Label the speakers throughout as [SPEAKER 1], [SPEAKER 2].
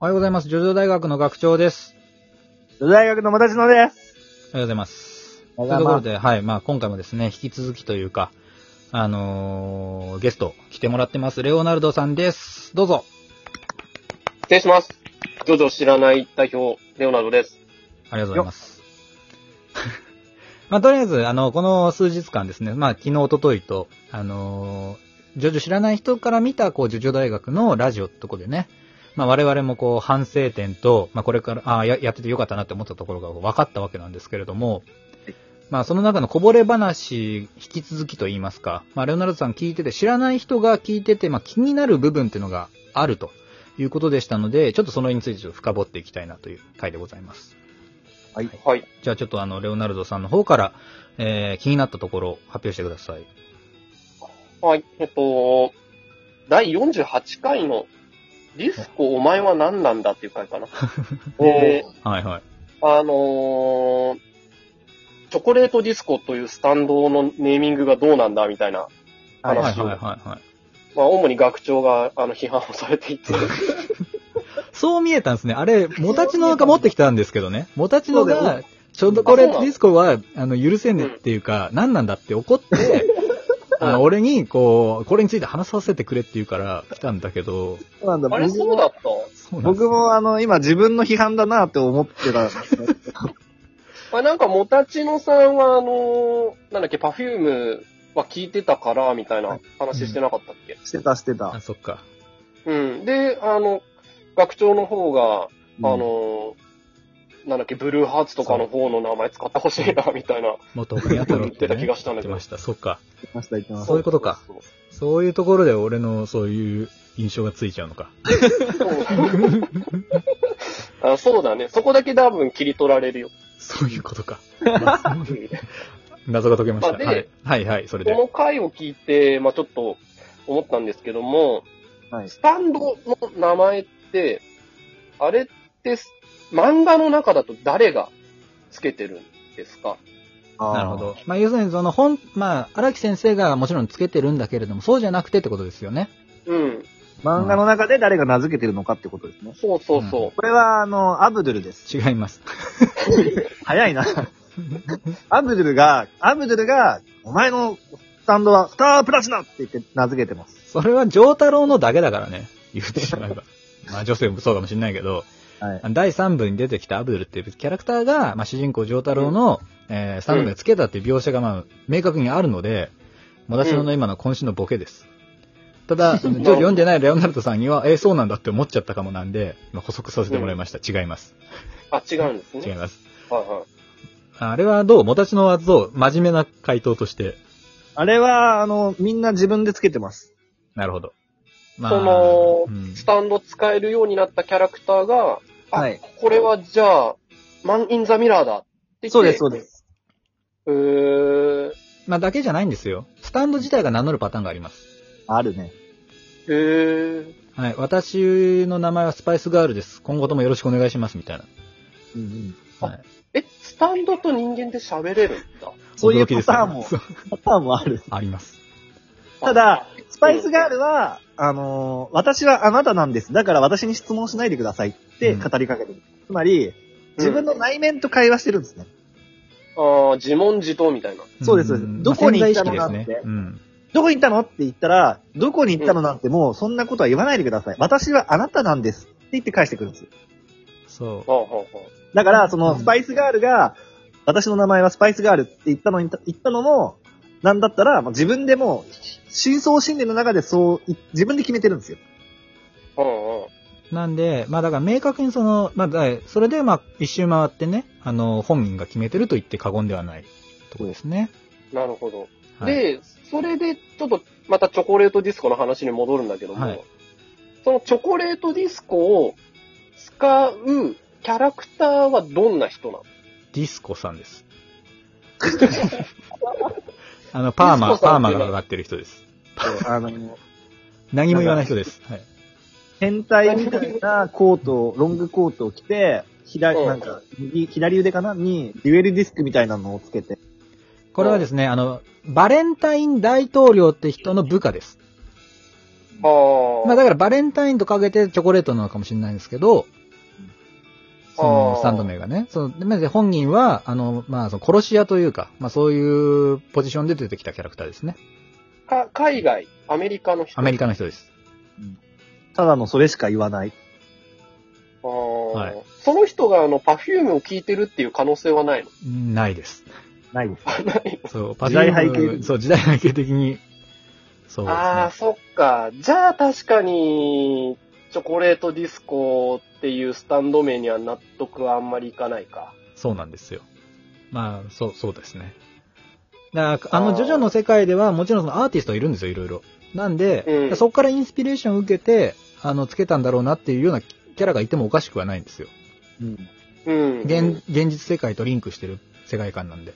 [SPEAKER 1] おはようございます。ジョジョ大学の学長です。
[SPEAKER 2] 大学のもたちのです。
[SPEAKER 1] おはようございます。
[SPEAKER 2] お
[SPEAKER 1] とい
[SPEAKER 2] は
[SPEAKER 1] う
[SPEAKER 2] よう
[SPEAKER 1] と
[SPEAKER 2] ご
[SPEAKER 1] こ
[SPEAKER 2] ざい
[SPEAKER 1] ろ
[SPEAKER 2] ます
[SPEAKER 1] で、はい、まあ今回もですね、引き続きというか、あのー、ゲスト来てもらってます。レオナルドさんです。どうぞ。
[SPEAKER 3] 失礼します。ジョジョ知らない代表、レオナルドです。
[SPEAKER 1] ありがとうございます。まあとりあえず、あの、この数日間ですね、まあ昨日、一昨日と、あのー、ジョジョ知らない人から見た、こう、ジョジョ大学のラジオってとこでね、まあ我々もこう、反省点と、まあこれから、ああ、ややっててよかったなって思ったところが分かったわけなんですけれども、まあその中のこぼれ話、引き続きと言いますか、まあレオナルドさん聞いてて、知らない人が聞いてて、まあ気になる部分っていうのがあるということでしたので、ちょっとその辺についてちょっと深掘っていきたいなという回でございます。
[SPEAKER 3] はい。
[SPEAKER 1] じゃあちょっとあの、レオナルドさんの方から、えー、気になったところを発表してください。
[SPEAKER 3] はい。えっと、第48回のディスコお前は何なんだっていう回 かな。で、
[SPEAKER 1] はいはい。
[SPEAKER 3] あのーチョコレートディスコというスタンドのネーミングがどうなんだみたいな、
[SPEAKER 1] はい
[SPEAKER 3] 話
[SPEAKER 1] はい
[SPEAKER 3] を
[SPEAKER 1] はいはい。
[SPEAKER 3] まあ主に学長があの批判をされて いて、
[SPEAKER 1] そう見えたんですね。あれ、モタチノが持ってきたんですけどね。モタチノ
[SPEAKER 2] そうだよ
[SPEAKER 1] が、ちょうどこれディスコは、あの、許せねえっていうか、何なんだって怒って、あの俺に、こう、これについて話させてくれって言うから来たんだけど、
[SPEAKER 2] そうなんだ。
[SPEAKER 3] あれ
[SPEAKER 2] 僕
[SPEAKER 3] そう
[SPEAKER 2] も
[SPEAKER 3] だった
[SPEAKER 1] そうなんです
[SPEAKER 2] 僕もあの、今自分の批判だなって思っ てたんですね。
[SPEAKER 3] まあなんか、もたちのさんはあのーなんだっけ、パフュームは聞いてたから、みたいな話してなかったっけ、
[SPEAKER 2] してたして
[SPEAKER 1] あ、
[SPEAKER 2] た。
[SPEAKER 1] そっか。
[SPEAKER 3] うん。で、あの、学長の方が、
[SPEAKER 2] うん
[SPEAKER 3] あ、の、なんだっけ、ブルーハーツとかの方の名前使ってほしいな、みたいな。
[SPEAKER 1] もっと他にあったろって、ね、
[SPEAKER 3] 言ってた気がしたんだけど
[SPEAKER 1] 言ってました。そっか。
[SPEAKER 2] 言ってました言ってました。
[SPEAKER 1] そういうことか
[SPEAKER 3] そう
[SPEAKER 1] そういうところで俺のそういう印象がついちゃうのか。
[SPEAKER 3] そう そう。あそうだね。そこだけ多分切り取られるよ。
[SPEAKER 1] そういうことか。
[SPEAKER 3] うん
[SPEAKER 1] 謎が解けました。
[SPEAKER 3] まあで
[SPEAKER 1] はい、はいはい、それ
[SPEAKER 3] こ
[SPEAKER 1] で。
[SPEAKER 3] の回を聞いて、まあちょっと思ったんですけども、
[SPEAKER 2] はい。
[SPEAKER 3] スタンドの名前って、あれってす、漫画の中だと誰がつけてるんですか
[SPEAKER 1] なるほど。まあ、要するに、その本、まあ、荒木先生がもちろんつけてるんだけれども、そうじゃなくてってことですよね。
[SPEAKER 3] うん。
[SPEAKER 2] あー。漫画の中で誰が名付けてるのかってことですね。
[SPEAKER 3] そうそうそう。
[SPEAKER 2] これはあの、アブドゥルです。
[SPEAKER 1] 違います。
[SPEAKER 2] 早いな。アブドゥルが、アブドゥルが、お前のスタンドはスタープラチナって言って名付けてます。
[SPEAKER 1] それは、丈太郎のだけだからね。言ってしま えば。まあ、女性もそうかもしれないけど、
[SPEAKER 2] はい。
[SPEAKER 1] 第3部に出てきたアブドゥルっていうキャラクターが、まあ、主人公丈太郎の、えー、スタンドでつけたっていう描写が、まあ、明確にあるので、もだしの今の渾身のボケです。た だ、ジョジョ読んでないレオナルドさんには、えーそうなんだって思っちゃったかもなんで、今補足させてもらいました。違います。
[SPEAKER 3] あ、違うんです
[SPEAKER 1] 違い
[SPEAKER 3] ね。
[SPEAKER 1] ます。
[SPEAKER 3] はいはい。
[SPEAKER 1] あれはどうもたちのはどう真面目な回答として。
[SPEAKER 2] あれは、あの、みんな自分で付けてます。
[SPEAKER 1] なるほど。ま
[SPEAKER 3] その
[SPEAKER 1] うん
[SPEAKER 3] スタンド使えるようになったキャラクターが、あ
[SPEAKER 2] はい
[SPEAKER 3] これはじゃあ、マン・イン・ザ・ミラーだって言って。。
[SPEAKER 2] そうです、そうですす。
[SPEAKER 3] えー、
[SPEAKER 1] まあだけじゃないんですよ。スタンド自体が名乗るパターンがあります。
[SPEAKER 2] あるね。
[SPEAKER 3] えー、
[SPEAKER 1] はい。私の名前はスパイスガールです。今後ともよろしくお願いします、みたいな。
[SPEAKER 2] うんうん。
[SPEAKER 1] はい。
[SPEAKER 3] え、スタンドと人間で喋れるんだ。
[SPEAKER 2] そういう
[SPEAKER 1] 驚きですね
[SPEAKER 2] パターンも
[SPEAKER 1] そう
[SPEAKER 2] パターンもある。
[SPEAKER 1] あります。
[SPEAKER 2] ただ、スパイスガールは、あのー私はあなたなんです。だから私に質問しないでくださいって語りかけてる。つまり、自分の内面と会話してるんですね。
[SPEAKER 3] ああー、自問自答みたいな。
[SPEAKER 2] そうですそうです
[SPEAKER 1] ん
[SPEAKER 2] どこに行った
[SPEAKER 1] まあ潜
[SPEAKER 2] のか
[SPEAKER 1] 在意識ですね。うん。
[SPEAKER 2] どこに行ったのって言ったら、どこに行ったのなんてもうそんなことは言わないでください。私はあなたなんですって言って返してくるんですよ。
[SPEAKER 1] そ
[SPEAKER 3] はあ、はあは
[SPEAKER 2] だから、そうの
[SPEAKER 1] ん
[SPEAKER 2] スパイスガールが、私の名前はスパイスガールって言ったのに、言ったのも、なんだったら、もう自分でもう、真相心理の中でそうい、自分で決めてるん ですよ。
[SPEAKER 3] あ、うんうん。
[SPEAKER 1] う。なんで、まあだから明確にその、まあだから、それでまあ一周回ってね、あの、本人が決めてると言って過言ではないとこですね。
[SPEAKER 3] なるほど。
[SPEAKER 1] はい、
[SPEAKER 3] で、それで、ちょっと、またチョコレートディスコの話に戻るんだけども、
[SPEAKER 1] はい
[SPEAKER 3] そのチョコレートディスコを使うキャラクターはどんな人なの
[SPEAKER 1] ディスコさんです。 あの、パー
[SPEAKER 3] デ
[SPEAKER 1] マ、
[SPEAKER 3] ィスコ
[SPEAKER 1] パ
[SPEAKER 3] さ
[SPEAKER 1] ー
[SPEAKER 3] んっ
[SPEAKER 1] マ
[SPEAKER 3] ていうの
[SPEAKER 1] が
[SPEAKER 3] は
[SPEAKER 1] 上がってる人です。
[SPEAKER 2] あの、
[SPEAKER 1] 何も言わない人です。はい。
[SPEAKER 2] 変態みたいなコートを、ロングコートを着て、
[SPEAKER 3] う
[SPEAKER 2] 左、
[SPEAKER 3] ん
[SPEAKER 2] なんか、右、左腕かなに、デュエルディスクみたいなのをつけて。
[SPEAKER 1] これはですね、あの、バレンタイン大統領って人の部下です。
[SPEAKER 3] あー
[SPEAKER 1] まあだからバレンタインとかけてチョコレートなのかもしれないんですけど、その
[SPEAKER 3] あー
[SPEAKER 1] スタンド名がね。そのでまあで本人は、あの、まあ、その殺し屋というか、まあそういうポジションで出てきたキャラクターですね。
[SPEAKER 3] か海外、アメリカの人。
[SPEAKER 1] アメリ
[SPEAKER 3] カ。
[SPEAKER 1] カの人です。
[SPEAKER 2] ただのそれしか言わない。
[SPEAKER 3] あー
[SPEAKER 1] はい
[SPEAKER 3] その人があの、パフュームを聞いてるっていう可能性はないの
[SPEAKER 1] うんないです。
[SPEAKER 2] ないです。
[SPEAKER 1] そう、
[SPEAKER 2] 時代背景
[SPEAKER 1] Perfume そう、時代背景的に。そうですね。
[SPEAKER 3] ああ、そっか。じゃあ確かに、チョコレートディスコっていうスタンド名には納得はあんまりいかないか。
[SPEAKER 1] そうなんですよ。まあ、そう、そうですね。だから、あの、ジョジョの世界では、もちろんそのアーティストいるんですよ、いろいろ。なんで、
[SPEAKER 3] うん
[SPEAKER 1] そこからインスピレーションを受けて、あの、つけたんだろうなっていうようなキャラがいてもおかしくはないんですよ。
[SPEAKER 2] うん。
[SPEAKER 3] うん。
[SPEAKER 1] 現、現実世界とリンクしてる世界観なんで。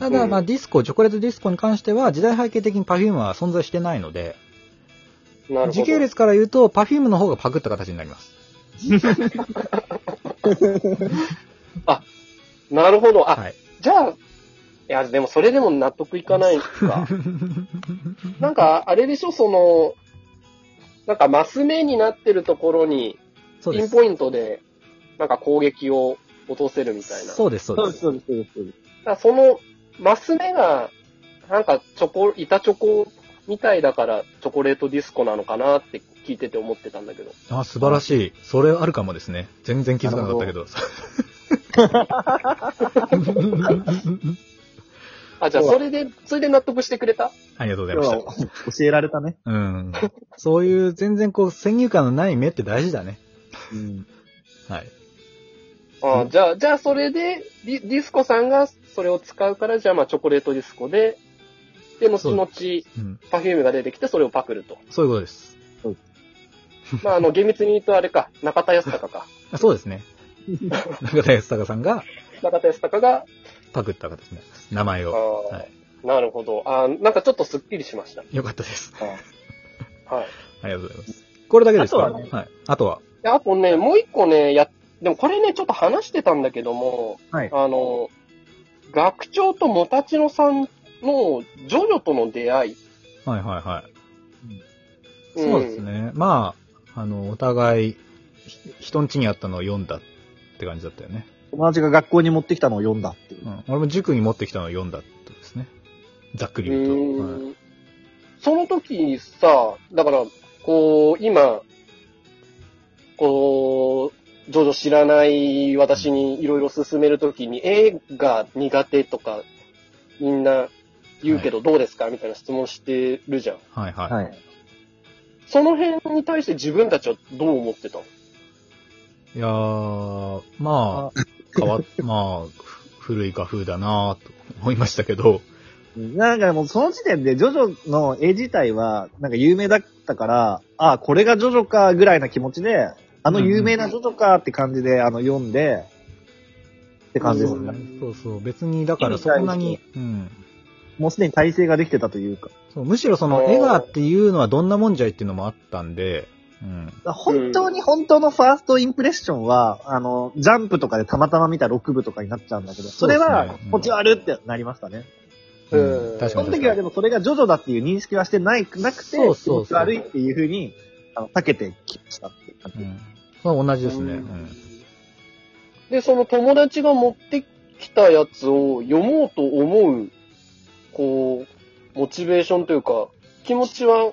[SPEAKER 1] ただ、
[SPEAKER 3] うん
[SPEAKER 1] まあ、ディスコ、チョコレートディスコに関しては、時代背景的に Perfume は存在してないので、
[SPEAKER 3] なるほど。
[SPEAKER 1] 時系列から言うと、Perfume の方がパクった形になります。
[SPEAKER 3] なるほど。あ、
[SPEAKER 1] はい。
[SPEAKER 3] じゃあ、いや、でもそれでも納得いかないか。なんか、あれでしょ、その、なんかマス目になってるところに、
[SPEAKER 1] そう
[SPEAKER 3] ピ
[SPEAKER 1] で
[SPEAKER 3] ン
[SPEAKER 1] す。
[SPEAKER 3] ポイントで、なんか攻撃を落とせるみたいな。
[SPEAKER 1] そうです、そう
[SPEAKER 2] そう
[SPEAKER 1] で
[SPEAKER 2] ですす、。そうです、そうですそうです。
[SPEAKER 3] だからその、マス目が、なんかチョコ、板チョコみたいだから、チョコレートディスコなのかなって聞いてて思ってたんだけど。
[SPEAKER 1] あ、素晴らしい。それあるかもですね。全然気づかなかったけど。
[SPEAKER 3] あ、じゃあそれで、それで納得してくれた
[SPEAKER 1] ありがとうござい
[SPEAKER 2] 今
[SPEAKER 1] ま
[SPEAKER 2] 日
[SPEAKER 1] し
[SPEAKER 2] は
[SPEAKER 1] た。
[SPEAKER 2] 教えられたね。
[SPEAKER 1] うん。そういう全然こう先入観のない目って大事だね。
[SPEAKER 2] うん。
[SPEAKER 1] はい。
[SPEAKER 3] あ
[SPEAKER 1] うん
[SPEAKER 3] じゃあ、じゃあそれで、ディディスコさんがそれを使うから、じゃあまあチョコレートディスコで、で、後々、
[SPEAKER 1] うん。
[SPEAKER 3] パフュームが出てきて、それをパクる と。
[SPEAKER 1] そういうことです。
[SPEAKER 3] まあ、あの、厳密に言うとあれか、中田康隆か。
[SPEAKER 1] あそうですね。中田康隆さんが
[SPEAKER 3] 中田康 隆が、
[SPEAKER 1] パクった形ね。名前
[SPEAKER 3] あ
[SPEAKER 1] を。
[SPEAKER 3] ー
[SPEAKER 1] はい
[SPEAKER 3] なるほど。あーなんかちょっとスッキリしました。
[SPEAKER 1] よかったです。
[SPEAKER 3] はい。
[SPEAKER 1] ありがとうございます。これだけですか
[SPEAKER 2] あとはね
[SPEAKER 1] はい。あとは。
[SPEAKER 3] であとね、もう一個ね、や、でもこれね、ちょっと話してたんだけども、
[SPEAKER 2] はい
[SPEAKER 3] あの、学長とモタチノさんのジョジョとの出会い。
[SPEAKER 1] はいはいはい。
[SPEAKER 3] ん
[SPEAKER 1] そうです。ね。まあ、あの、お互い、ひ人ん家にあったのを読んだって感じだったよね。
[SPEAKER 2] 友達が学校に持ってきたのを読んだっていう
[SPEAKER 1] う。ん。俺も塾に持ってきたのを読んだってことですね。ざっくり言うと。はい
[SPEAKER 3] その時にさ、だから、こう、今、こう、ジョジョ知らない私にいろいろ進めるときに、映画苦手とか、みんな言うけどどうですか、みたいな質問してるじゃん。
[SPEAKER 1] はいはい。
[SPEAKER 2] はい。
[SPEAKER 3] その辺に対して自分たちはどう思ってたの
[SPEAKER 1] い、やー、まあ、変 わっ、まあ、ふ古い画風だなぁと思いましたけど、
[SPEAKER 2] なんかもうその時点でジョジョの絵自体はなんか有名だったから、ああ、これがジョジョかぐらいな気持ちで、あの有名なジョジョかって感じであの読んで、って感じです
[SPEAKER 1] そう
[SPEAKER 2] ね。
[SPEAKER 1] ねそうそう、別に、だからそんなに、うん。
[SPEAKER 2] もうすでに体制ができてたというか。
[SPEAKER 1] そうむしろその
[SPEAKER 3] おー
[SPEAKER 1] 絵がっていうのはどんなもんじゃいっていうのもあったんで、うん。
[SPEAKER 2] 本当に本当のファーストインプレッションは、あの、ジャンプとかでたまたま見た6部とかになっちゃうんだけど、それ
[SPEAKER 1] そう
[SPEAKER 2] は
[SPEAKER 1] ですねうん
[SPEAKER 2] 気持ち悪ってなりましたね。
[SPEAKER 1] うん
[SPEAKER 3] うん
[SPEAKER 1] 確
[SPEAKER 2] そ
[SPEAKER 1] かに確
[SPEAKER 2] の時
[SPEAKER 1] か
[SPEAKER 2] はで
[SPEAKER 1] に。
[SPEAKER 2] もそれがジョジョだっていう認識はしてない、なくて、
[SPEAKER 1] そうそうそう
[SPEAKER 2] 気持ち悪いっていうふうに、あの、避けてきましたっていう感
[SPEAKER 1] う
[SPEAKER 2] じ。
[SPEAKER 1] ん。そう同じですね。う
[SPEAKER 3] うん
[SPEAKER 1] ん。
[SPEAKER 3] で、その友達が持ってきたやつを読もうと思う、こう、モチベーションというか、気持ちは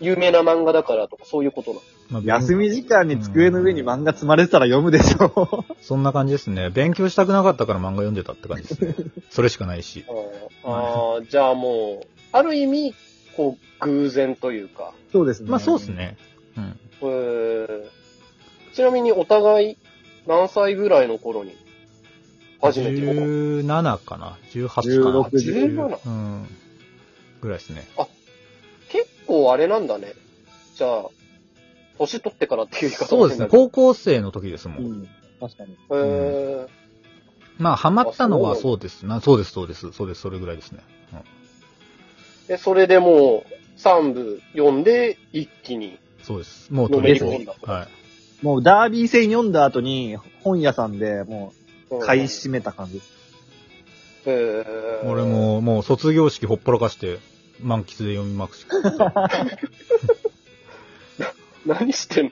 [SPEAKER 3] 有名な漫画だからとか、そういうことなの。
[SPEAKER 1] まあ
[SPEAKER 2] 休み時間に机の上に漫画積まれてたら読むでしょ。
[SPEAKER 1] そんな感じですね。勉強したくなかったから漫画読んでたって感じ ですね。それしかないし。
[SPEAKER 3] ああー、じゃあもう、ある意味、こう、偶然というか。
[SPEAKER 2] そうです
[SPEAKER 1] まあそうです。ね。うん。
[SPEAKER 3] えーちなみにお互い、何歳ぐらいの頃に、初めて読む
[SPEAKER 1] 17かな ?18 かな
[SPEAKER 2] 16
[SPEAKER 1] 10うん。ぐらいですね。
[SPEAKER 3] 結構あれなんだね。じゃあ、年取ってからっていう言い方
[SPEAKER 1] そう
[SPEAKER 3] も
[SPEAKER 1] です
[SPEAKER 3] 変だ
[SPEAKER 1] ね。
[SPEAKER 3] けど
[SPEAKER 1] 高校生の時ですも。
[SPEAKER 2] うんん。確かに。
[SPEAKER 3] えー
[SPEAKER 1] まあ、ハマったのは
[SPEAKER 3] あそう
[SPEAKER 1] そうですな。そうです、そうです。そうです、それぐらいですね。
[SPEAKER 3] で、それでもう、3部読んで、一気に。
[SPEAKER 1] そうです。もう
[SPEAKER 3] の
[SPEAKER 1] とり
[SPEAKER 3] めり
[SPEAKER 1] あえ
[SPEAKER 3] 込ん
[SPEAKER 1] ず
[SPEAKER 3] だ。
[SPEAKER 1] はい。
[SPEAKER 2] もうダービー戦読んだ後に、本屋さんでも
[SPEAKER 3] うん
[SPEAKER 2] う買い占めた感じです。
[SPEAKER 3] えー
[SPEAKER 1] 俺。 も、もう卒業式ほっぽらかして、満喫で読みまくし。
[SPEAKER 3] 何してんの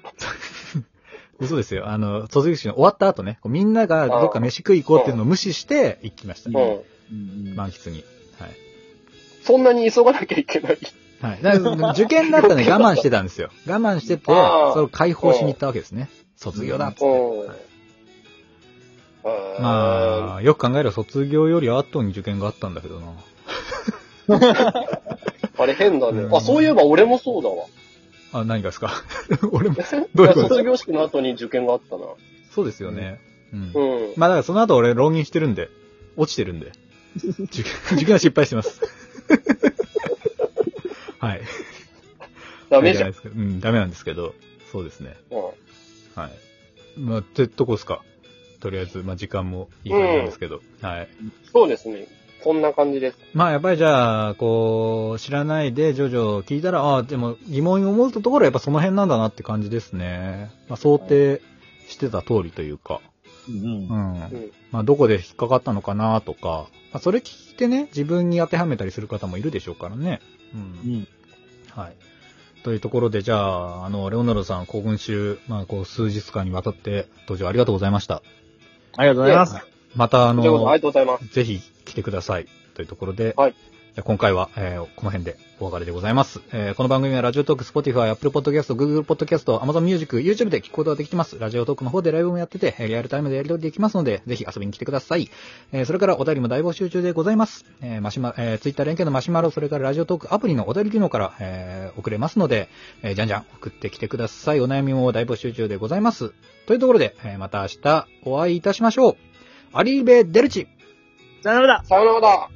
[SPEAKER 1] 嘘ですよ。あの、卒業式の終わった後ね、こうみんながどっか飯食い行こうっていうのを無視して行きました、
[SPEAKER 2] う
[SPEAKER 1] ね。
[SPEAKER 3] うん。
[SPEAKER 2] うん
[SPEAKER 1] 満喫に。はい。
[SPEAKER 3] そんなに急がなきゃいけない。
[SPEAKER 1] はい。だから受験だったらね、我慢してたんですよ。我慢してて、そ
[SPEAKER 3] あー
[SPEAKER 1] れを解放しに行ったわけですね。卒業だっつって。
[SPEAKER 3] うん。
[SPEAKER 1] ま
[SPEAKER 3] あ
[SPEAKER 1] あ、よく考えれば卒業より後に受験があったんだけどな。
[SPEAKER 3] ーあれ変だ
[SPEAKER 1] う
[SPEAKER 3] ね。
[SPEAKER 1] ん
[SPEAKER 3] あ、そういえば俺もそうだわ。
[SPEAKER 1] あ、何がですか 俺も、どういう
[SPEAKER 3] いや
[SPEAKER 1] こと
[SPEAKER 3] 卒業式の後に受験があったな。
[SPEAKER 1] そうですよね。うん。
[SPEAKER 3] うん。
[SPEAKER 1] まあだからその後俺浪人してるんで、落ちてるんで、受験、 受験は失敗してます。 はい。
[SPEAKER 3] ダメじ
[SPEAKER 1] そ
[SPEAKER 3] ゃ
[SPEAKER 1] れない
[SPEAKER 3] ん。
[SPEAKER 1] ですけどうん、ダメなんですけど、そうですね。
[SPEAKER 3] うん
[SPEAKER 1] はい。まあ、ってとこですか。とりあえず、まあ時間もいい感じなんですけど、はい。
[SPEAKER 3] そうですね。そんな感じです。
[SPEAKER 1] まあやっぱりじゃあ、こう、知らないでジョジョ聞いたら、ああ、でも疑問に思うところはやっぱその辺なんだなって感じですね。まあ想定してた通りというか、
[SPEAKER 2] うん
[SPEAKER 1] う。ん。
[SPEAKER 3] うん。
[SPEAKER 1] まあ、どこで引っかかったのかなとか、まあ、それ聞いてね、自分に当てはめたりする方もいるでしょうからね。うん。
[SPEAKER 2] うん
[SPEAKER 1] はい。というところで、じゃあ、あの、レオナルドさん、今週、まあ、こう、数日間にわたって、登場ありがとうございました。
[SPEAKER 2] ありがとうございます。
[SPEAKER 1] また、あ
[SPEAKER 3] こちらこそあ
[SPEAKER 1] の
[SPEAKER 3] りが、とうございます。
[SPEAKER 1] ぜひ来てください。というところで、
[SPEAKER 3] はい
[SPEAKER 1] じゃあ今回は、えーこの辺でお別れでございます。えーこの番組はラジオトーク、Spotify、Apple Podcast、Google Podcast、Amazon Music、YouTube で聞くことができてます。ラジオトークの方でライブもやってて、えーリアルタイムでやり取りできますので、ぜひ遊びに来てください。えーそれからお便りも大募集中でございます。えーマシュマ、えー、Twitter 連携のマシュマロ、それからラジオトークアプリのお便り機能から、えー送れますので、えーじゃんじゃん送ってきてください。お悩みも大募集中でございます。というところで、えーまた明日お会いいたしましょう。アリーベ・デルチ
[SPEAKER 2] さよなら
[SPEAKER 3] さよなら。